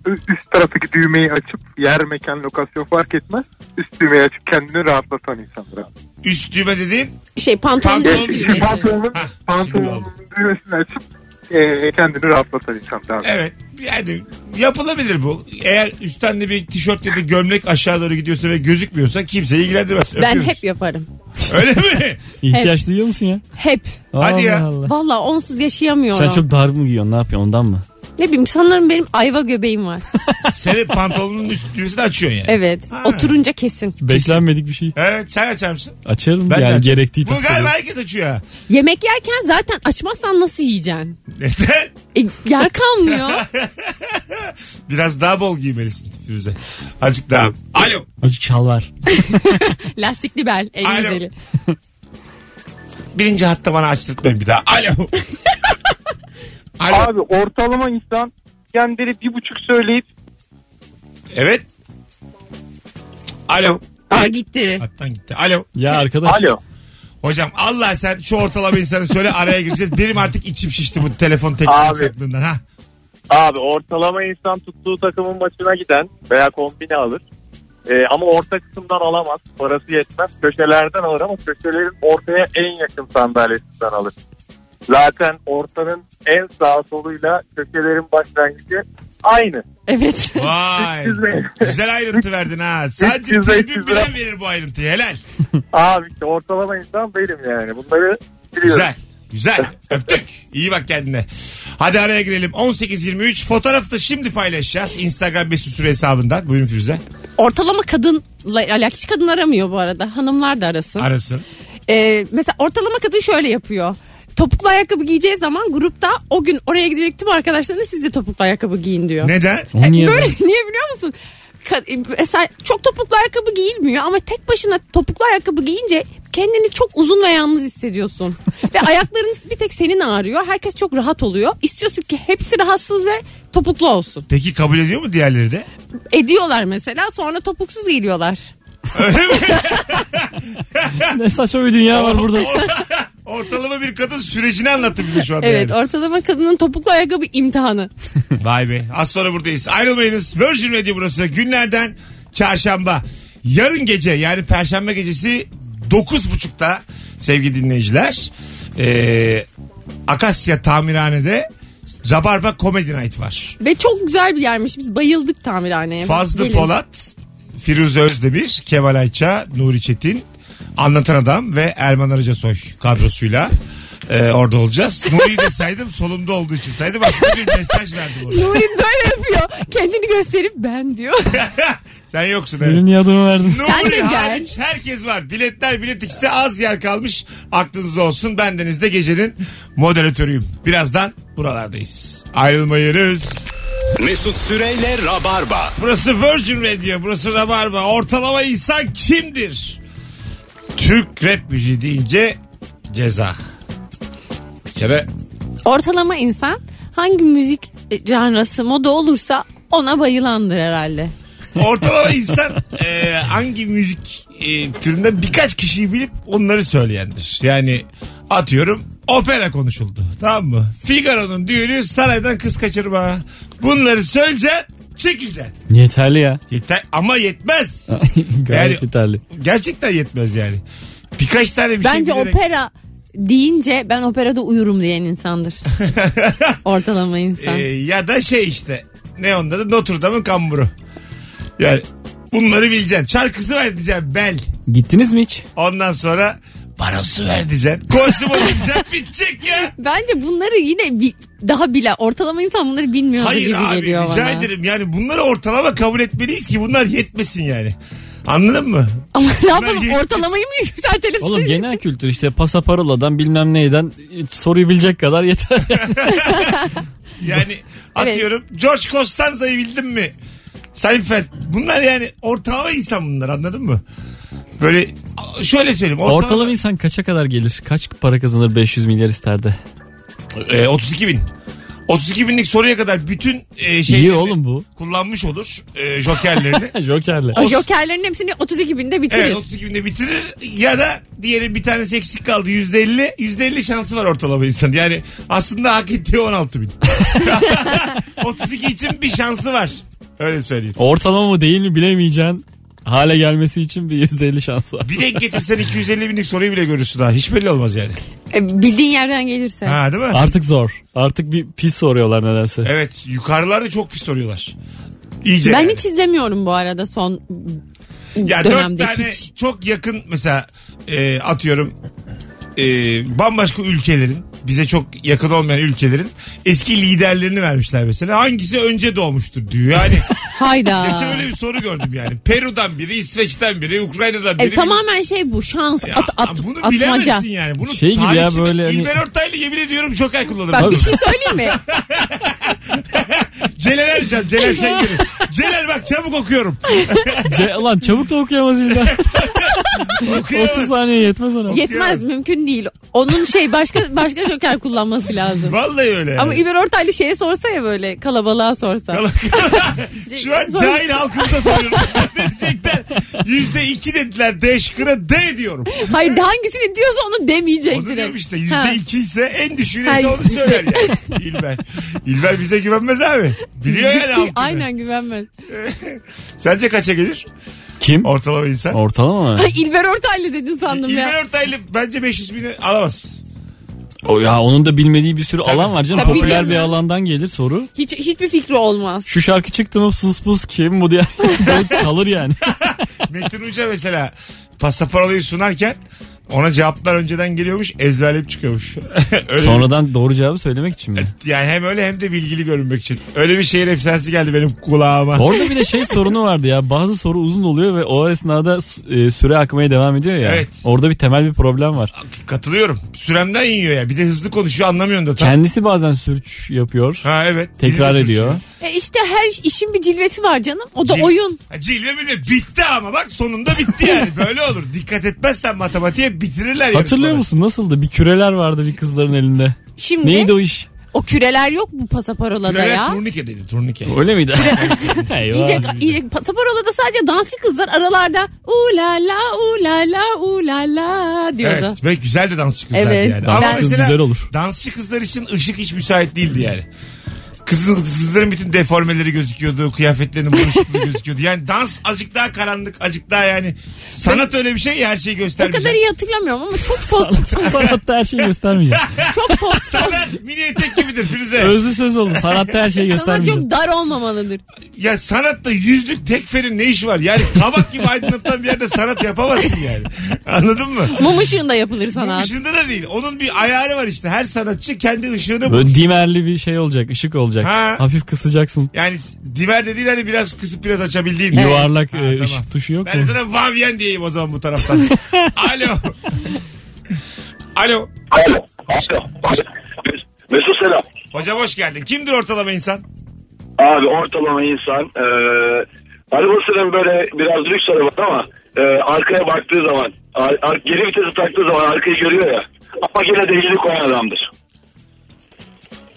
E: üst taraftaki düğmeyi açıp yer mekan lokasyon fark etmez. Üst düğmeyi açıp kendini rahatlatan insanlar abi.
B: Üst düğme dediğin
C: Şey pantolon
B: Pantolon
C: değil
B: Biz
E: Ee,
C: mi?
E: Pantolonun,
B: Hah,
E: pantolonun düğmesini açıp ee, kendini rahatlatan insanlar abi.
B: evet yani yapılabilir bu. Eğer üstten de bir tişört ya da gömlek aşağı doğru gidiyorsa ve gözükmüyorsa kimseyi ilgilendirmez.
C: Ben
B: Öpüyoruz.
C: hep yaparım.
B: Öyle mi?
D: İhtiyaç duyuyor musun ya?
C: Hep.
B: Hadi ya.
D: Allah.
C: Valla onsuz yaşayamıyorum.
D: Sen çok dar mı giyiyorsun? Ne yapıyorsun ondan mı?
C: Ne bileyim sanırım benim ayva göbeğim var.
B: Senin pantolonun üst düğmesini açıyorsun yani.
C: Evet.
B: Ha.
C: Oturunca kesin.
D: Beklenmedik bir şey.
B: Evet sen açar mısın?
D: Açarım
B: Ben de
D: yani
B: açarım.
D: gerektiği
B: Bu
D: takdirde.
B: galiba herkes açıyor ha.
C: Yemek yerken zaten açmazsan nasıl yiyeceksin?
B: Neden?
C: E, yer kalmıyor.
B: Biraz daha bol giymelisin Firuze. Azıcık daha. Alo.
D: Azıcık şal var.
C: Lastikli bel. En
B: Alo.
C: güzeli.
B: Birinci hatta bana açtırtmayın bir daha. Alo. Alo.
E: Abi ortalama insan kendini bir buçuk söyleyip
B: Evet. Alo.
C: Aa gitti.
B: Hattan gitti. Alo.
D: Ya arkadaş.
E: alo
B: Hocam Allah sen şu ortalama insanı söyle araya gireceğiz. Benim artık içim şişti bu telefon tekrar
E: Abi.
B: saklığından. Ha.
E: Abi ortalama insan tuttuğu takımın maçına giden veya kombine alır. Ee, ama orta kısımdan alamaz. Parası yetmez. Köşelerden alır ama köşelerin ortaya en yakın sandalyesinden alır. Zaten ortanın en sağ soluyla köşelerin başlangıcı aynı.
C: Evet.
B: Vay.
E: 300 lira.
B: Güzel ayrıntı verdin ha. Sadece
E: 300 lira,
B: tribün
E: 300 lira.
B: bilen verir bu ayrıntıyı. Helal.
E: Abi işte ortalama insan benim yani. Bunları biliyorum.
B: Güzel. Güzel. Öptük. İyi bak kendine. Hadi araya girelim. 18.23 fotoğrafı da şimdi paylaşacağız. Instagram Mesut Süre hesabından. Buyurun Firuze.
C: Ortalama kadınla alakalı hiç kadın aramıyor bu arada. Hanımlar da arasın.
B: Arasın.
C: Ee, mesela ortalama kadın şöyle yapıyor. Topuklu ayakkabı giyeceği zaman grupta o gün oraya gidecek tüm arkadaşlarına siz de topuklu ayakkabı giyin diyor. E,
B: Neden?
D: O niye
C: Böyle
D: be?
C: niye biliyor musun? Ka- e, Mesela çok topuklu ayakkabı giyilmiyor ama tek başına topuklu ayakkabı giyince kendini çok uzun ve yalnız hissediyorsun. ve ayakların bir tek senin ağrıyor. Herkes çok rahat oluyor. İstiyorsun ki hepsi rahatsız ve topuklu olsun.
B: Peki kabul ediyor mu diğerleri de?
C: Ediyorlar mesela sonra topuksuz geliyorlar.
B: Öyle mi?
D: Ne saçma bir dünya var burada.
B: Ortalama bir kadın sürecini anlattı bize şu anda.
C: Evet
B: yani.
C: ortalama kadının topuklu ayakkabı imtihanı.
B: Vay be. Az sonra buradayız. Ayrılmayınız. Virgin Radio burası. Günlerden çarşamba. Yarın gece yani perşembe gecesi 9.30'da sevgili dinleyiciler. Ee, Akasya Tamirhane'de Rabarba Comedy Night var.
C: Ve çok güzel bir yermiş. Biz bayıldık tamirhaneye.
B: Fazlı
C: Gelin.
B: Polat, Firuze Özdemir, Kemal Ayça, Nuri Çetin, Anlatan Adam ve Erman Arıcasoy kadrosuyla ee, orada olacağız. Nuri'yi de saydım solumda olduğu için saydım. Aslında bir mesaj verdim orada.
C: Nuri böyle yapıyor. Kendini gösterip ben diyor.
B: Sen yoksun evet.
D: Birinin adını verdim.
C: Sen de
B: Nuri
C: gel.
B: hariç herkes var. Biletler Bilet X'te az yer kalmış. Aklınızda olsun. Bendeniz de gecenin moderatörüyüm. Birazdan buralardayız. Ayrılmayınız.
A: Mesut Süreyle Rabarba.
B: Burası Virgin Radio, burası Rabarba. Ortalama insan kimdir? Türk rap müziği deyince ceza. Bir kere
C: Ortalama insan hangi müzik janrası moda olursa ona bayılandır herhalde.
B: ortalama insan e, hangi müzik e, türünden birkaç kişiyi bilip onları söyleyendir. Yani atıyorum opera konuşuldu. Tamam mı? Figaro'nun düğünü saraydan kız kaçırma. Bunları söyleyeceksin, çekileceksin.
D: Yeterli ya.
B: Yeter ama yetmez.
D: Gayet
B: Yani-
D: yeterli.
B: Gerçekten yetmez yani. Birkaç tane bir şey
C: Bence
B: bilerek-
C: opera deyince ben operada uyurum diyen insandır. Ortalama insan.
B: Ee, ya da şey işte. Ne onda da Notre Dame'ın kamburu. Yani bunları bileceksin. Şarkısı ver diyeceksin bel.
D: Gittiniz mi hiç?
B: Ondan sonra parası ver diyeceksin. Kostüm olacaksın bitecek ya.
C: Bence bunları yine bi- daha bile ortalama insan bunları bilmiyor
B: Hayır
C: gibi
B: abi
C: geliyor
B: rica
C: bana.
B: ederim. Yani bunları ortalama kabul etmeliyiz ki bunlar yetmesin yani. Anladın mı?
C: Ama ne yapalım
B: yetmiş.
C: ortalamayı mı yükseltelim?
D: Oğlum
C: sizin
D: genel
C: için?
D: kültür işte pasaparoladan bilmem neyden e, soruyu bilecek kadar yeter.
B: Yani atıyorum George Costanza'yı bildin mi? Seinfeld. Bunlar yani ortalama insan bunlar anladın mı? Böyle şöyle söyleyeyim.
D: Ortalama insan kaça kadar gelir? Kaç para kazanır 500 milyar isterde?
B: E, 32 bin. 32 binlik soruya kadar bütün e, şeyleri
D: İyi oğlum bu.
B: kullanmış olur e, jokerlerini.
D: Jokerle.
C: O jokerlerin hepsini 32 binde bitirir.
B: evet 32 binde bitirir ya da diyelim bir tanesi eksik kaldı %50 %50 şansı var ortalama insan. Yani aslında hak ettiği 16 bin. 32 için bir şansı var. Öyle söyleyeyim.
D: Ortalama mı değil mi bilemeyeceğin hale gelmesi için bir %50 şans var.
B: Bir denk getirsen 250 binlik soruyu bile görürsün daha. Hiç belli olmaz yani.
C: E, bildiğin yerden gelirse.
B: Ha değil mi?
D: Artık zor. Artık bir pis soruyorlar nedense.
B: Evet yukarılarda çok pis soruyorlar. İyice.
C: Ben
B: yani.
C: hiç izlemiyorum bu arada son
B: Ya dört
C: dönemde
B: tane
C: hiç.
B: çok yakın mesela e, atıyorum e, bambaşka ülkelerin bize çok yakın olmayan ülkelerin eski liderlerini vermişler mesela. Hangisi önce doğmuştur diyor. Yani
C: Hayda. E,
B: geçen öyle bir soru gördüm yani. Peru'dan biri, İsveç'ten biri, Ukrayna'dan biri.
C: E, tamamen şey bu şans
B: Ya,
C: at, at,
B: bunu
C: atmaca.
B: bilemezsin yani. Bunu
D: Şey gibi ya
B: tarihçi-
D: böyle hani-
B: İlber Ortaylı yemin ediyorum joker kullanır.
C: Bak
D: Abi-
C: bir şey söyleyeyim mi?
B: Celal Ercan, Celal Şengör'ü. Celal bak çabuk okuyorum.
D: Ce- lan Şey, çabuk da okuyamaz İlber. 30
B: Okuyamaz.
D: saniye yetmez ona.
C: Yetmez mümkün değil. Onun şey başka başka joker kullanması lazım.
B: Vallahi öyle. yani.
C: Ama İber Ortaylı şeye sorsa ya böyle kalabalığa sorsa.
B: Şu an cahil halkımıza soruyorum. Diyecekler yüzde iki dediler D şıkkına D diyorum.
C: Hayır hangisini diyorsa onu demeyecek
B: Onu diyorum
C: direkt.
B: işte
C: Ha.
B: yüzde iki ise en düşüğü
C: Hayır.
B: neyse onu söyler yani. İlber. İlber bize güvenmez abi. Biliyor yani halkını.
C: Aynen güvenmez.
B: Sence kaça gelir
D: Kim?
B: ortalama insan?
D: Ortalama mı?
C: Ay, E, İlber Ortaylı dedin sandım ya.
B: İlber Ortaylı bence 500 bini alamaz.
D: O ya onun da bilmediği bir sürü alan var canım.
C: Tabii
D: Popüler
C: canım.
D: bir alandan gelir soru.
C: Hiç hiçbir fikri olmaz.
D: Şu şarkı çıktı mı sus pus kim bu diye kalır yani.
B: Metin Hoca mesela pasaparolayı sunarken ona cevaplar önceden geliyormuş ezberleyip çıkıyormuş. Öyle bir-
D: Sonradan doğru cevabı söylemek için mi?
B: Yani hem öyle hem de bilgili görünmek için. Öyle bir şehir efsanesi geldi benim kulağıma.
D: Orada bir de şey sorunu vardı ya. Bazı soru uzun oluyor ve o esnada s- e, süre akmaya devam ediyor ya.
B: Evet.
D: Orada bir temel bir problem var.
B: Katılıyorum. Süremden yiyor ya. Bir de hızlı konuşuyor anlamıyorsun da. Tam.
D: Kendisi bazen sürç yapıyor.
B: Ha evet.
D: Tekrar
B: Dilini
D: ediyor.
B: sürçüyor.
C: E işte her iş- işin bir cilvesi var canım. O da
B: Cil-
C: oyun.
B: Ha, Cilve bile bitti ama bak sonunda bitti yani. Böyle olur. Dikkat etmezsen matematiğe bitirirler
D: Hatırlıyor
B: yarışmaları.
D: musun nasıldı? Bir küreler vardı bir kızların elinde.
C: Şimdi
D: Neydi o iş?
C: o küreler yok bu pasaparolada
B: Küreler
C: ya.
B: turnike dedi turnike.
D: Öyle miydi?
C: İyice,
D: Eyvah.
C: iyice pasaparolada sadece dansçı kızlar aralarda u la la u la la u la la diyordu.
B: Evet ve güzel de dansçı kızlar
C: Evet.
B: yani.
C: Dansçı
B: Ama
D: kız
B: mesela
D: güzel olur.
B: Dansçı kızlar için ışık hiç müsait değildi yani. Kızın, kızların bütün deformeleri gözüküyordu. Kıyafetlerinin buruşukluğu gözüküyordu. Yani dans azıcık daha karanlık. Azıcık daha yani sanat öyle bir şey ya her şeyi
C: O kadar
B: göstermeyecek.
C: iyi hatırlamıyorum ama çok poz
D: Sanatta her şeyi göstermeyeceğim.
C: çok poz.
B: Sanat mini etek gibidir Firuze.
D: Özlü söz oldu. Sanatta her şeyi
C: Sana
D: göstermeyeceğim.
C: çok dar olmamalıdır.
B: Ya sanatta yüzlük tekferin ne işi var? Yani kabak gibi aydınlatılan bir yerde sanat yapamazsın yani. Anladın mı?
C: Mum ışığında yapılır
B: Bunun
C: sanat.
B: ışığında da değil. Onun bir ayarı var işte. Her sanatçı kendi ışığını bulur.
D: Böyle dimerli bir şey olacak. ışık olacak.
B: Ha.
D: Hafif kısacaksın.
B: Yani diver dediğin hani biraz kısıp biraz açabildiğin.
D: Yuvarlak
B: Ha,
D: e,
B: tamam.
D: ışık tuşu yok
B: Ben
D: mu?
B: sana Vavyen diyeyim o zaman bu taraftan. Alo. Alo.
H: Alo. Alo. Mesut selam.
B: Hocam hoş geldin. Kimdir ortalama insan?
H: Abi ortalama insan e, arabasının böyle biraz lüks araba ama e, arkaya baktığı zaman ar, ar, geri vitesi taktığı zaman arkayı görüyor ya. Ama gene de elini koyan adamdır.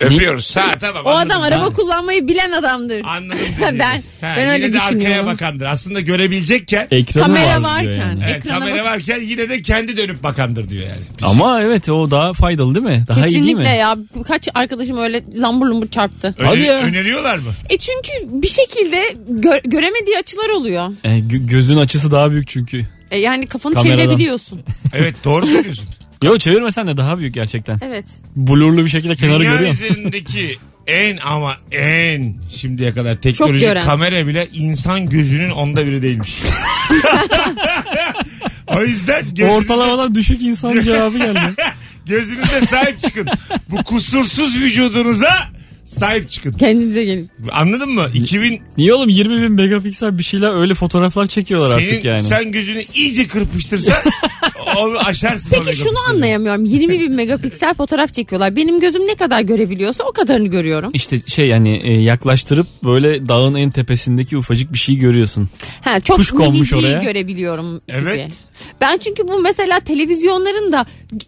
B: Öpüyoruz. Ha tamam.
C: O
B: anladım.
C: adam araba kullanmayı bilen adamdır.
B: Anladım. dediğini.
C: Ben- ben
B: yine
C: öyle
B: de arkaya
C: düşünüyorum.
B: bakandır. Aslında görebilecekken
D: Ekranı
C: Kamera
D: var diyor
C: varken.
D: yani.
B: evet,
C: ekrana
B: kamera
C: bak-
B: varken yine de kendi dönüp bakandır diyor yani.
D: Ama evet o daha faydalı değil mi? Daha iyi değil mi?
C: Kesinlikle ya. Kaç arkadaşım öyle lambur lumbur çarptı.
B: Öne-
D: Hadi ya.
B: Öneriyorlar mı?
C: E çünkü bir şekilde gö- göremediği açılar oluyor.
D: E, gö- gözün açısı daha büyük çünkü.
C: E yani kafanı
D: Kameradan.
C: çevirebiliyorsun.
B: Evet doğru söylüyorsun.
D: Yo çevirmesen de daha büyük gerçekten.
C: Evet.
D: Blurlu bir şekilde kenarı
B: Dünya
D: görüyorsun.
B: üzerindeki en ama en şimdiye kadar teknolojik
C: gören.
B: kamera bile insan gözünün onda biri değilmiş. o yüzden gözünüze,
D: Ortalamadan düşük insan cevabı geldi.
B: gözünüze sahip çıkın. Bu kusursuz vücudunuza sahip çıkın.
C: Kendinize gelin.
B: Anladın mı? 2000
D: Niye oğlum 20 bin megapiksel bir şeyler öyle fotoğraflar çekiyorlar
B: senin
D: artık yani.
B: sen gözünü iyice kırpıştırsan onu aşarsın. o
C: Peki şunu
B: megapikseli.
C: anlayamıyorum. 20 bin megapiksel fotoğraf çekiyorlar. Benim gözüm ne kadar görebiliyorsa o kadarını görüyorum.
D: İşte şey yani e, yaklaştırıp böyle dağın en tepesindeki ufacık bir şeyi görüyorsun.
C: Ha, çok
D: Kuş konmuş
C: miniciyi
D: oraya.
C: görebiliyorum gibi.
B: Evet.
C: Ben çünkü bu mesela televizyonların da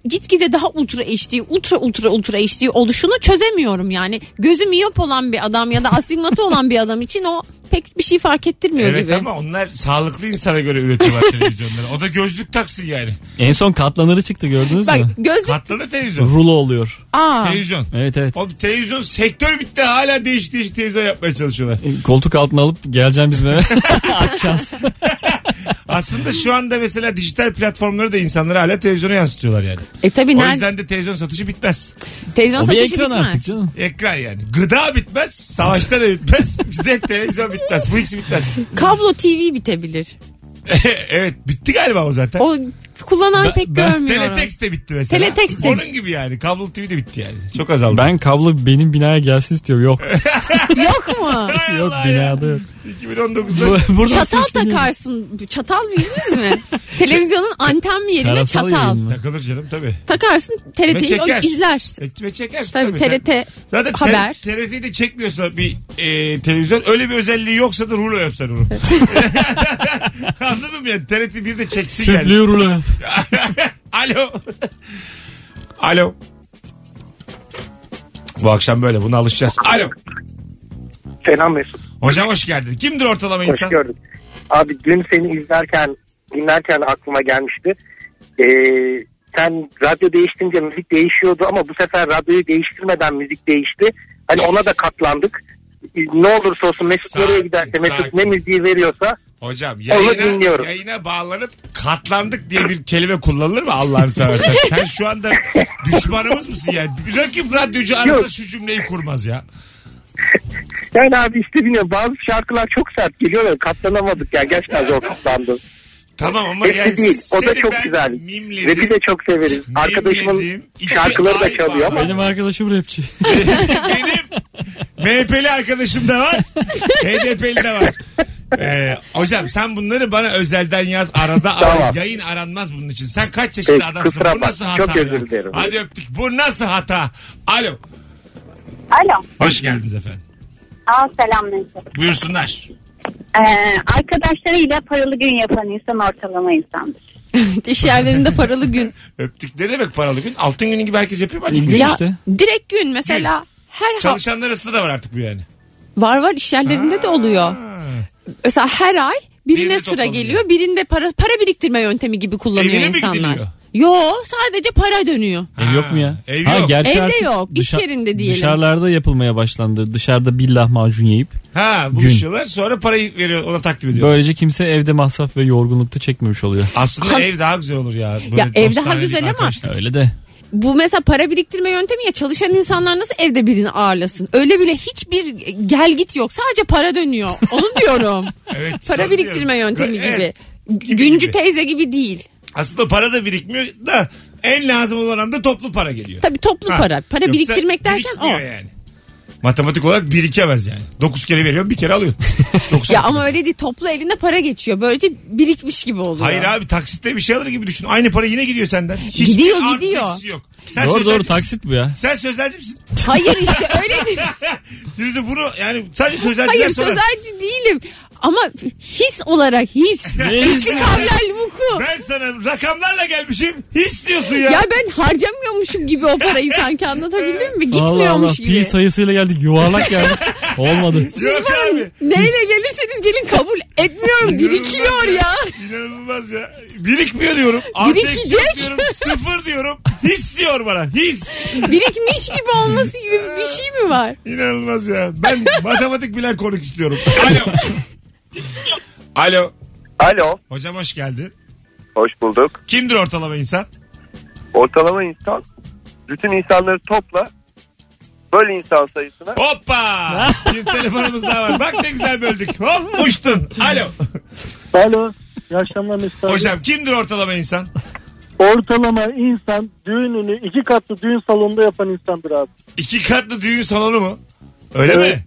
C: gitgide daha ultra HD, ultra ultra ultra HD oluşunu çözemiyorum yani. Gözü miyop olan bir adam ya da astigmatı olan bir adam için o pek bir şey fark ettirmiyor
B: Evet
C: gibi.
B: ama onlar sağlıklı insana göre üretiyorlar televizyonları. O da gözlük taksın yani.
D: En son katlanırı çıktı gördünüz
C: Bak
D: mü?
C: gözlük
B: Katlanır televizyon.
D: Rulo oluyor.
C: aa
B: Televizyon.
D: Evet evet.
B: Oğlum televizyon sektör bitti hala değişik değişik televizyon yapmaya çalışıyorlar.
D: E, Koltuk altına alıp geleceğim bizim eve. Açacağız.
B: Aslında şu anda mesela dijital platformları da insanları hala televizyona yansıtıyorlar yani.
C: e tabii
B: O
C: nerede
B: yüzden de televizyon satışı bitmez.
C: televizyon
D: O bir
C: satışı
D: ekran
C: bitmez.
D: artık canım.
B: Ekran yani. Gıda bitmez, savaşta da bitmez. Bir de televizyon bitmez. Bu ikisi bitmez.
C: Kablo TV bitebilir.
B: evet bitti galiba o zaten.
C: O kullanan
D: Ben-
C: pek
D: ben-
C: görmüyorum.
B: Teletext de bitti mesela.
C: Teletext de-
B: Onun gibi yani. Kablo TV de bitti yani. Çok azaldı.
D: Ben kablo benim binaya gelsin istiyorum. Yok.
C: Yok mu?
B: Hay
D: Yok
B: Allah ya.
D: binada yok.
B: 2019'da
D: Bu- buradan
C: Çatal
D: sesleniyorum.
C: takarsın. Çatal bildiniz mi? Televizyonun anten mi yerine
D: Karasal
C: çatal.
D: yayın mı?
B: takılır canım tabii.
C: Takarsın
B: Ve
C: TRT'yi
B: çeker.
C: o izler.
B: E, Ve çekersin
C: Tabii,
B: tabii.
C: TRT
B: Zaten ter-
C: haber.
B: TRT'yi de çekmiyorsa bir e, televizyon öyle bir özelliği yoksa da rulo yapsan onu. Anladın mı yani? TRT bir de çeksin yani.
D: Tüplü rulo.
B: Alo. Alo. Bu akşam böyle buna alışacağız. Alo.
F: Selam Mesut.
B: Hocam hoş geldin. Kimdir ortalama
F: Hoş
B: insan?
F: gördük. Abi dün seni izlerken dinlerken aklıma gelmişti. Ee, sen radyo değiştirince müzik değişiyordu ama bu sefer radyoyu değiştirmeden müzik değişti. Hani ona da katlandık. Ee, Ne olursa olsun Mesut
B: Sakin,
F: nereye giderse Mesut
B: sakin.
F: ne müziği veriyorsa
B: Hocam
F: Onu
B: yayına,
F: dinliyorum.
B: yayına bağlanıp katlandık diye bir kelime kullanılır mı Allah'ını seversen? Sen şu anda düşmanımız mısın yani? Bir Rakip radyocu arada
F: Yok.
B: şu cümleyi kurmaz ya.
F: yani abi işte bilmiyorum bazı şarkılar çok sert geliyor ve katlanamadık yani gerçekten zor katlandım.
B: Tamam ama
F: Hepsi
B: yani
F: değil o da
B: seni
F: çok
B: ben
F: güzel.
B: mimledim.
F: Rap'i de çok severiz. Arkadaşımın
B: Mimledim. İki
F: şarkıları
B: ay
F: da çalıyor ama
D: Benim arkadaşım rapçi.
B: Benim MHP'li arkadaşım da var. HDP'li de var. Ee, hocam sen bunları bana özelden yaz arada ara.
F: Tamam.
B: yayın aranmaz bunun için. Sen kaç yaşında
F: Peki,
B: adamsın?
F: kusura
B: Bu nasıl hata?
F: bakma. Çok
B: ya?
F: özür dilerim.
B: Hadi öptük. Bu nasıl hata? Alo.
I: Alo.
B: Hoş geldiniz efendim.
I: Aa, selam Mesut.
B: Buyursunlar.
I: Ee, arkadaşlarıyla paralı gün yapan insan ortalama insandır.
C: İş yerlerinde paralı gün.
B: Öptük. Ne demek paralı gün? Altın günü gibi herkes yapıyor mu? artık?
D: İlginç. Gün
C: ya
D: işte.
C: direkt gün mesela her ha-
B: Çalışanlar arasında da var artık bu yani.
C: var var iş yerlerinde de oluyor.
B: Ha.
C: Mesela her ay birine
B: Birinde
C: sıra
B: toplanıyor.
C: geliyor. Birinde para para biriktirme yöntemi gibi kullanıyor
B: Evine mi
C: insanlar.
B: gidiliyor?
C: Yo sadece para dönüyor.
D: Ev yok mu ya?
B: Ev
D: Ha,
B: yok.
D: gerçi
C: Evde
D: artık
C: yok, iş yerinde diyelim.
D: Dışarılarda yapılmaya başlandı. Dışarıda bir lahmacun yiyip.
B: Ha buluşuyorlar sonra parayı veriyor ona takdim ediyor.
D: Böylece kimse evde masraf ve yorgunlukta çekmemiş oluyor.
B: Aslında
C: Ha-
B: ev daha güzel olur ya. Böyle
C: Ya ev daha
B: dostanelik
C: güzel ama-
B: arkadaşlık.
D: Öyle de.
C: Bu mesela para biriktirme yöntemi ya çalışan insanlar nasıl evde birini ağırlasın? Öyle bile hiçbir gel git yok. Sadece para dönüyor. Onu diyorum.
B: Evet,
C: para
B: sanıyorum.
C: biriktirme yöntemi
B: Evet.
C: gibi.
B: Gibi
C: Güncü
B: gibi.
C: teyze gibi değil.
B: Aslında para da birikmiyor da en lazım olan anda toplu para geliyor.
C: Tabii toplu
B: Ha.
C: para. Para
B: Yoksa
C: biriktirmek derken o.
B: birikmiyor Yani. Matematik olarak birikemez yani. 9 kere veriyorum bir kere alıyorum. Doksan.
C: Ya ama öyle değil toplu eline para geçiyor. Böylece birikmiş gibi oluyor.
B: Hayır abi taksitte bir şey alır gibi düşün. Aynı para yine gidiyor senden. Hiçbir
C: Gidiyor,
B: artı
C: gidiyor.
B: eksisi yok. Sen
D: doğru doğru
B: sözelci misin?
D: taksit bu ya.
B: Sen sözelci misin?
C: Hayır işte öyle değil.
B: Firuze bunu yani sadece sözelciler
C: Hayır
B: sorar.
C: sözelci değilim. Ama his olarak his.
D: Neyse.
C: Kavlel vuku.
B: Ben sana rakamlarla gelmişim. His diyorsun ya.
C: Ya ben harcamıyormuşum gibi o parayı sanki anlatabildim mi?
D: Allah Allah
C: Gitmiyormuş
D: pi
C: gibi.
D: sayısıyla geldik yuvarlak geldik. Olmadı.
B: Yok abi.
C: Neyle gelirseniz gelin kabul etmiyorum. Birikiyor ya.
B: İnanılmaz ya. Birikmiyor diyorum. Artı
C: Birikecek.
B: eksik diyorum. Sıfır diyorum. His diyor bana. His.
C: Birikmiş gibi olması gibi bir şey mi var?
B: İnanılmaz ya. Ben matematik bilen konuk istiyorum. Alo. Alo.
E: Alo.
B: Hocam hoş geldin.
E: Hoş bulduk.
B: Kimdir ortalama insan?
E: Ortalama insan bütün insanları topla böl insan sayısına.
B: Hoppa. Bir telefonumuz daha var. Bak ne güzel böldük. Hop uçtun. Alo.
J: Alo. İyi akşamlar Mesut abi.
B: Hocam kimdir ortalama insan?
J: Ortalama insan düğününü iki katlı düğün salonunda yapan insandır abi.
B: İki katlı düğün salonu mu? Öyle
J: Evet.
B: mi?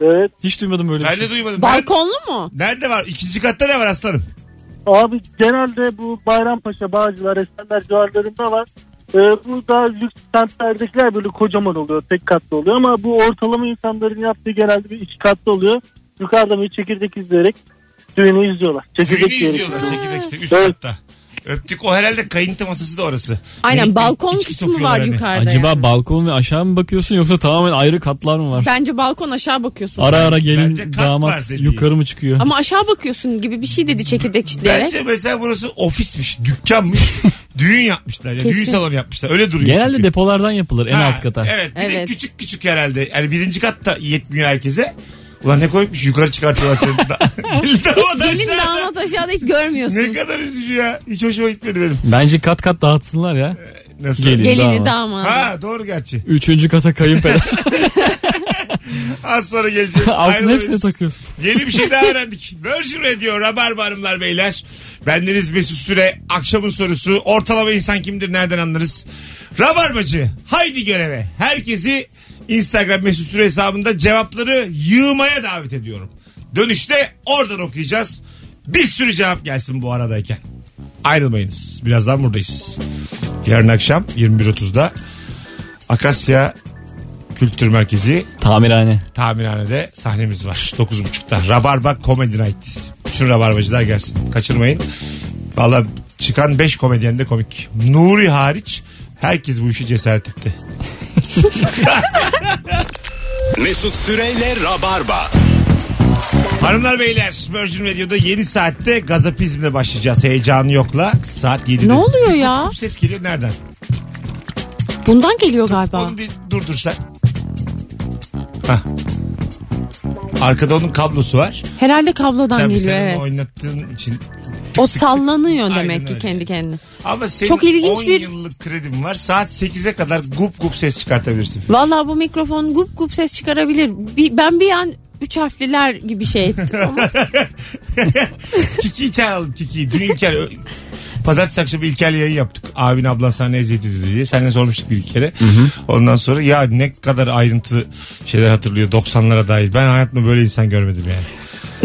J: Evet.
D: Hiç duymadım böyle bir
B: Ben
D: şey.
B: de duymadım. Nerede-
C: Balkonlu mu?
B: Nerede var? İkinci katta ne var aslanım?
J: Abi genelde bu Bayrampaşa, Bağcılar, Esenler civarlarında var. Ee, bu daha lüks semtlerdekiler böyle kocaman oluyor. Tek katlı oluyor ama bu ortalama insanların yaptığı genelde bir iki katlı oluyor. Yukarıda bir çekirdek izleyerek düğünü izliyorlar. Çekirdek
B: Düğünü
J: yiyerek.
B: izliyorlar çekirdek işte üst
J: Evet.
B: katta. Öptük o herhalde kayıntı masası da orası.
C: Aynen
B: Birlikte
C: balkon
B: içki
C: kısmı
B: sokuyorlar
C: var
B: hani.
C: yukarıda.
D: Acaba
C: yani.
D: balkon ve aşağı mı bakıyorsun yoksa tamamen ayrı katlar mı var?
C: Bence balkon aşağı bakıyorsun.
D: Ara ara
B: Bence
D: gelin
B: kat var
D: damat
B: dediği.
D: yukarı mı çıkıyor?
C: Ama aşağı bakıyorsun gibi bir şey dedi çekirdek çitleyerek.
B: Bence mesela burası ofismiş, dükkanmış. düğün yapmışlar ya. Düğün
C: Kesin.
B: salonu yapmışlar. Öyle duruyor.
D: Genelde
B: çünkü.
D: depolardan yapılır en
B: Ha,
D: alt kata.
B: Evet. Bir de
C: Evet.
B: küçük küçük herhalde. Yani birinci katta yetmiyor herkese. Ulan ne koymuş yukarı çıkartıyorlar seni. Gelin
C: Hiç
B: damat
C: gelin
B: aşağıda.
C: damat aşağıda hiç görmüyorsun.
B: Ne kadar üzücü ya. Hiç hoşuma gitmedi benim.
D: Bence kat kat dağıtsınlar ya.
B: Nasıl?
D: Gelin.
C: Gelini
D: Damat.
C: damadı.
B: Ha doğru gerçi.
D: Üçüncü kata kayınpeder.
B: Az sonra geleceğiz.
D: Altın
B: Ayrılmayız.
D: hepsini takıyorsun.
B: Yeni bir şey daha öğrendik. Virgin Radio, Rabarba Hanımlar Beyler. Bendeniz Mesut Süre. Akşamın sorusu. Ortalama insan kimdir? Nereden anlarız? Rabarbacı. Haydi göreve. Herkesi Instagram Mesut Süre hesabında cevapları yığmaya davet ediyorum. Dönüşte oradan okuyacağız. Bir sürü cevap gelsin bu aradayken. Ayrılmayınız. Birazdan buradayız. Yarın akşam 21.30'da Akasya Kültür Merkezi
D: Tamirhane.
B: tamirhanede sahnemiz var. 9.30'da. Rabarba Comedy Night. Bütün rabarbacılar gelsin. Kaçırmayın. Valla çıkan 5 komedyen de komik. Nuri hariç herkes bu işi cesaret etti.
A: Mesut Süreyle Rabarba.
B: Hanımlar beyler Virgin Radio'da yeni saatte gazapizmle başlayacağız. Heyecanı yokla. Saat 7'de.
C: Ne oluyor ya?
B: Bu ses geliyor nereden?
C: Bundan geliyor galiba.
B: Onu bir durdur sen. Hah. Arkada onun kablosu var.
C: Herhalde kablodan
B: Tabii
C: geliyor
B: sen onu
C: evet.
B: oynattığın için.
C: O sallanıyor
B: Aynen
C: demek ki
B: öyle.
C: kendi kendine.
B: Ama senin
C: Çok ilginç
B: 10
C: bir-
B: yıllık kredin var. Saat 8'e kadar gup gup ses çıkartabilirsin.
C: Valla bu mikrofon gup gup ses çıkarabilir. Bir, ben bir an üç harfliler gibi şey ettim ama
B: Kiki'yi çağıralım Kiki'yi. Dün İlker ö- Pazartesi akşamı İlker'le yayın yaptık. Abin ablan sahne eziyet ediyordu diye. Seninle sormuştuk bir kere. Ondan sonra ya ne kadar ayrıntı şeyler hatırlıyor 90'lara dair. Ben hayatımda böyle insan görmedim yani.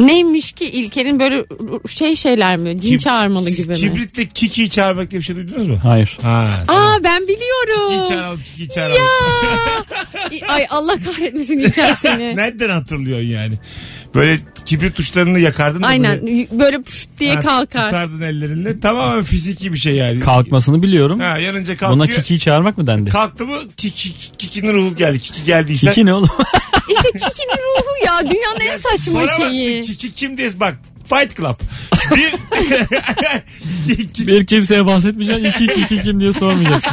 C: neymiş ki İlker'in böyle şey şeyler mi? Cin
B: Kim-
C: çağırmalı
B: Siz
C: gibi mi?
B: Kibritle Kiki'yi çağırmak diye bir şey duydunuz mu?
D: Hayır.
B: Ha.
C: Aa ben
B: Kiki'yi
C: biliyorum.
B: çağıralım Kiki'yi çağıralım.
C: Ay Allah kahretmesin İlker seni.
B: Nereden hatırlıyorsun yani? Böyle kibrit tuşlarını yakardın da
C: Aynen
B: böyle-
C: böyle püf diye
B: Ha,
C: kalkar.
B: Tutardın ellerinle. Tamamen fiziki bir şey yani.
D: Kalkmasını biliyorum.
B: Ha, yanınca
D: Buna
B: kalkıyor.
D: kikiyi çağırmak mı dendi?
B: Kalktı mı kiki, kikinin ruhu geldi. Kiki geldiyse.
D: Kiki ne oğlum?
C: İşte Kiki'nin ruhu ya dünyanın en saçma
B: Soramazsın
C: şeyi.
B: kiki kim diye bak. Fight Club. Bir, Kiki-
D: Bir kimseye bahsetmeyeceksin. İki kiki kim diye sormayacaksın.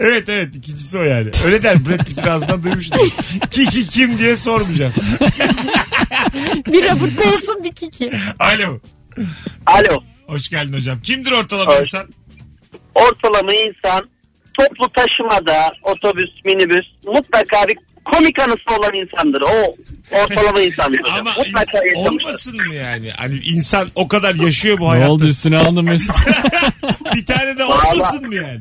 B: evet evet ikincisi o yani. Öyle der Brad Pitt'in ağzından duymuştum. Kiki kim diye sormayacağım.
C: Bir Robert Pattinson bir Kiki.
B: Alo.
F: Alo.
B: Hoş geldin hocam. Kimdir ortalama
F: Hoş.
B: insan?
F: Ortalama insan toplu taşımada otobüs, minibüs mutlaka bir komik anısı olan insandır. O ortalama insandır. hocam.
B: Ama
F: mutlaka
B: in-
F: yaşamıştır.
B: olmasın mı yani? Hani insan o kadar yaşıyor bu
D: ne
B: hayatta.
D: oldu üstüne aldın Mesut?
B: Bir tane de olmasın mı yani?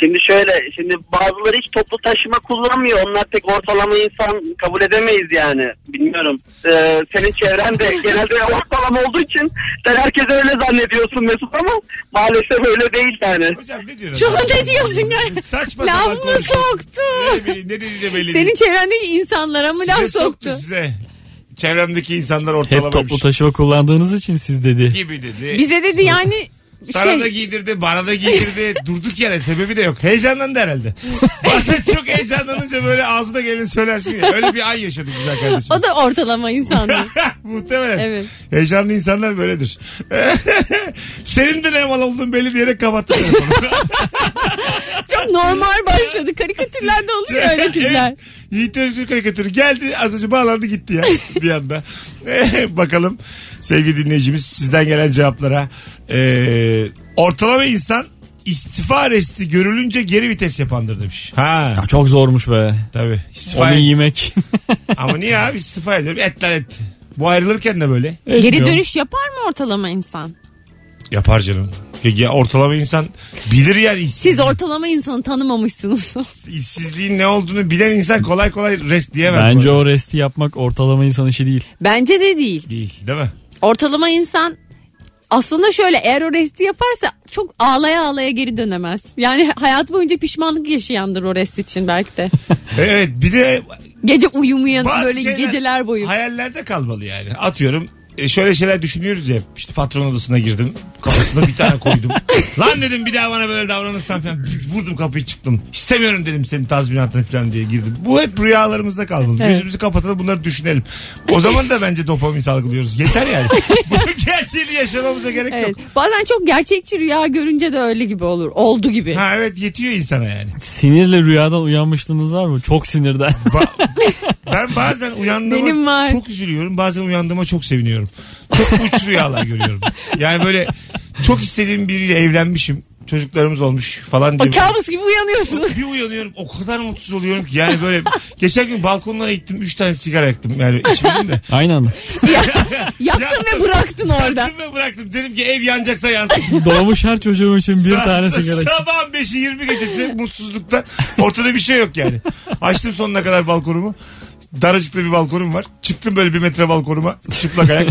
K: Şimdi şöyle, şimdi bazıları hiç toplu taşıma kullanmıyor. Onlar pek ortalama insan kabul edemeyiz yani. Bilmiyorum. Ee, senin çevren de genelde ortalama olduğu için sen herkese öyle zannediyorsun Mesut ama maalesef öyle değil yani.
B: Hocam ne diyorsun?
C: Şu an ne diyorsun yani?
B: Saçma sapan
C: Laf mı
B: konuşuyorsun.
C: soktu?
B: Ne bileyim, ne dediği de belli
C: Senin
B: değil.
C: çevrendeki insanlara mı laf
B: Size
C: soktu?
B: Size. Çevremdeki insanlar ortalamaymış.
D: Hep toplu taşıma kullandığınız için siz dedi.
B: gibi dedi.
C: Bize dedi yani
B: Sana da
C: şey
B: giydirdi, bana da giydirdi. Durduk yere sebebi de yok. Heyecanlandı herhalde. Bazen çok heyecanlanınca böyle ağzına geleni söylersin ya. Öyle bir ay yaşadık güzel kardeşim.
C: o da ortalama insandı.
B: Muhtemelen.
C: Evet.
B: Heyecanlı insanlar böyledir. Senin de ne mal olduğun belli diyerek kapattı telefonu.
C: Çok normal başladı. Karikatürlerde oluyor öyle tipler.
B: Evet. Yiğit Özgür karikatürü geldi az önce bağlandı gitti ya bir anda. Bakalım sevgili dinleyicimiz sizden gelen cevaplara. Ee, ortalama insan istifa resti görülünce geri vites yapandır demiş. Ha
D: Ya çok zormuş be.
B: tabii. İstifa
D: Onu yemek.
B: Ama niye abi istifa ediyorum etler et. Bu ayrılırken de böyle.
C: Geri
D: Etmiyorum.
C: dönüş yapar mı ortalama insan?
B: Yapar canım. Ya- Ya ortalama insan bilir yani işsiz-
C: Siz ortalama insanı tanımamışsınız.
B: işsizliğin ne olduğunu bilen insan kolay kolay rest diyemez. bu
D: Bence
B: arada.
D: o resti yapmak ortalama insan işi değil.
C: Bence de değil.
B: Değil değil mi?
C: Ortalama insan aslında şöyle eğer o resti yaparsa çok ağlaya ağlaya geri dönemez. Yani hayat boyunca pişmanlık yaşayandır o rest için belki de.
B: Evet bir de
C: Gece uyumayan
B: Bazı
C: böyle
B: şeyler
C: geceler boyu.
B: Hayallerde kalmalı yani. Atıyorum e, şöyle şeyler düşünüyoruz ya. İşte patron odasına girdim. Kafasına bir tane koydum. Lan dedim bir daha bana böyle davranırsan falan. Vurdum kapıyı çıktım. İstemiyorum dedim senin tazminatını falan diye girdim. Bu hep rüyalarımızda kalmalı.
C: Evet.
B: Gözümüzü kapatalım bunları düşünelim. O zaman da bence dopamin salgılıyoruz. Yeter yani. Bunun gerçeğini yaşamamıza gerek
C: Evet.
B: yok.
C: Bazen çok gerçekçi rüya görünce de öyle gibi olur. Oldu gibi.
B: Ha evet yetiyor insana yani.
D: Sinirle rüyadan uyanmışlığınız var mı? Çok sinirden.
B: Ba- ben bazen uyandığıma
C: Benim var.
B: çok üzülüyorum. Bazen uyandığıma çok seviniyorum. Çok uç rüyalar görüyorum. Yani böyle çok istediğim biriyle evlenmişim. Çocuklarımız olmuş falan diye.
C: Bak kabus gibi uyanıyorsun.
B: Bir uyanıyorum o kadar mutsuz oluyorum ki yani böyle geçen gün balkonlara gittim 3 tane sigara yaktım yani içmedim de.
D: Aynen.
C: Yaktın ve bıraktın orada.
B: Yaktım ve bıraktım dedim ki ev yanacaksa yansın.
D: Doğmuş her çocuğum için bir tane sigara.
B: Sabah 5'i 20 gecesi mutsuzluktan ortada bir şey yok yani. Açtım sonuna kadar balkonumu. Daracıklı bir balkonum var. Çıktım böyle bir metre balkonuma. Çıplak ayak.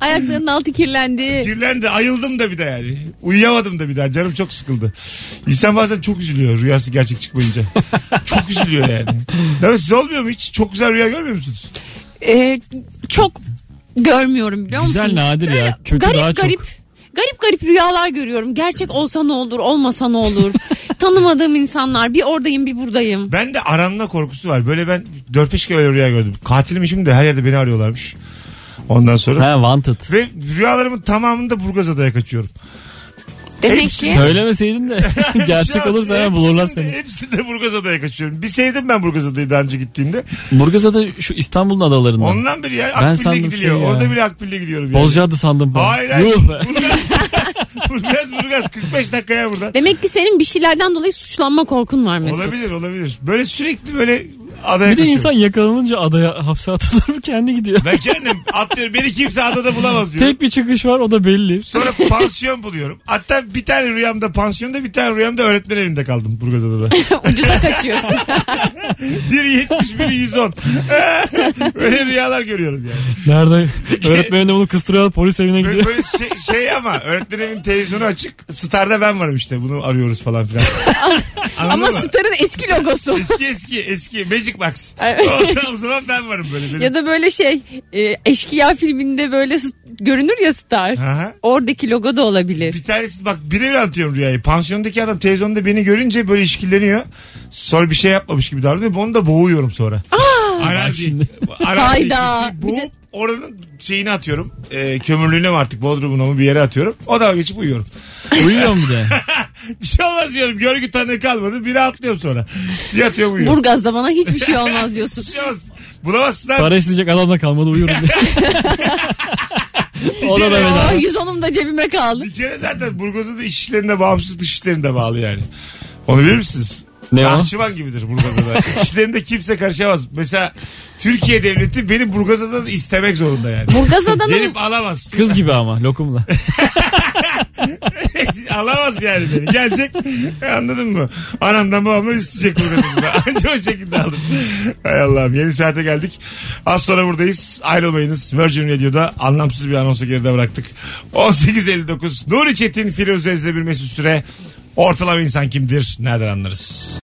C: Ayaklarının altı kirlendi.
B: Kirlendi. Ayıldım da bir de yani. Uyuyamadım da bir daha. Canım çok sıkıldı. İnsan bazen çok üzülüyor rüyası gerçek çıkmayınca. çok üzülüyor yani. Değil mi? Siz olmuyor mu hiç? Çok güzel rüya görmüyor musunuz?
C: Ee, çok görmüyorum biliyor musun?
D: Güzel nadir ya. Kötü daha
C: garip
D: çok.
C: garip garip garip rüyalar görüyorum. Gerçek olsa ne olur, olmasa ne olur. Tanımadığım insanlar bir oradayım bir buradayım.
B: Ben de aranma korkusu var. Böyle ben 4-5 kere öyle rüya gördüm. Katilimmişim de her yerde beni arıyorlarmış. Ondan sonra.
D: Ha wanted.
B: Ve rüyalarımın tamamında Burgazada'ya kaçıyorum.
C: Demek
B: Hepsi-
C: ki
D: Söylemeseydin de gerçek
B: Şu an
D: olursa hemen bulurlar
B: hepsinde-
D: seni.
B: Hepsinde Burgazada'ya kaçıyorum. Bir sevdim ben Burgazada'yı daha önce gittiğimde.
D: Burgazada şu İstanbul'un adalarından.
B: Ondan beri ya Akbil'le
D: sandım
B: gidiliyor.
D: şey ya.
B: Orada bile Akbil'le gidiyorum. yani.
D: Bozcaada sandım ben.
B: Hayır hayır.
D: Yuh be.
B: Burgaz, Burgaz, Burgaz 45 dakikaya buradan.
C: demek ki senin bir şeylerden dolayı suçlanma korkun var Mesut.
B: Olabilir olabilir. Böyle sürekli böyle adaya
D: Bir de
B: kaçıyorum.
D: insan yakalanınca adaya hapse atılır mı kendi gidiyor.
B: Ben kendim atlıyorum. Beni kimse adada bulamaz diyorum.
D: Tek bir çıkış var o da belli.
B: Sonra pansiyon buluyorum. Hatta bir tane rüyamda pansiyonda bir tane rüyamda öğretmen evinde kaldım Burgazada'da.
C: Ucuza kaçıyorsun.
B: Biri 70 biri 110. Böyle rüyalar görüyorum yani.
D: Nerede? Öğretmen de bunu kıstırıyor polis evine
B: Böyle,
D: gidiyor.
B: böyle şey, şey ama öğretmen evin televizyonu açık. Star'da ben varım işte bunu arıyoruz falan filan. Anladın
C: Ama
B: mı?
C: Star'ın eski logosu.
B: Eski eski eski Magic Box.
C: Evet.
B: o, zaman, o zaman ben varım böyle. Benim.
C: ya da böyle şey e, Eşkıya filminde böyle s- görünür ya Star.
B: Aha.
C: Oradaki logo da olabilir.
B: Bir tanesi bak birebir anlatıyorum rüyayı. Pansiyondaki adam televizyonda beni görünce böyle işkilleniyor. Sonra bir şey yapmamış gibi davranıyor. Onu da boğuyorum sonra. Aaa.
D: Bak şimdi.
B: şey,
C: Hayda. Bir
B: Boğup
C: de-
B: oranın şeyini atıyorum. E, kömürlüğüne mi artık bodrumuna mı bir yere atıyorum. O da geçip uyuyorum.
D: Uyuyor mu de?
B: Bir şey olmaz diyorum. Görgü tanığı kalmadı. Biri atlıyorum sonra. Yatıyorum uyuyorum.
C: Burgaz'da bana hiçbir şey olmaz diyorsun.
B: Bir şey olmaz. Bulamazsın abi.
D: Para isteyecek adam da kalmadı uyuyorum diye. Ona da
C: Aa,
D: bedava.
C: 110'um da cebime kaldı.
B: Bir kere zaten Burgaz'ın da iş işlerine bağımsız dış işlerine bağlı yani. Onu bilir misiniz?
D: Ne o?
B: Arşivan gibidir Burgazada. İşlerinde kimse karışamaz. Mesela Türkiye devleti beni Burgazada'dan istemek zorunda yani.
C: Burgaz adamın
B: Gelip alamaz.
D: Kız gibi ama lokumla.
B: alamaz yani beni. Gelecek anladın mı? Anamdan babamdan isteyecek burada. Anca o şekilde aldım. Hay Allah'ım yeni saate geldik. Az sonra buradayız. Ayrılmayınız. Virgin Radio'da anlamsız bir anonsu geride bıraktık. 18.59 Nuri Çetin, Firuze Ezdemir Mesut Süre. Ortalama insan kimdir? Nereden anlarız?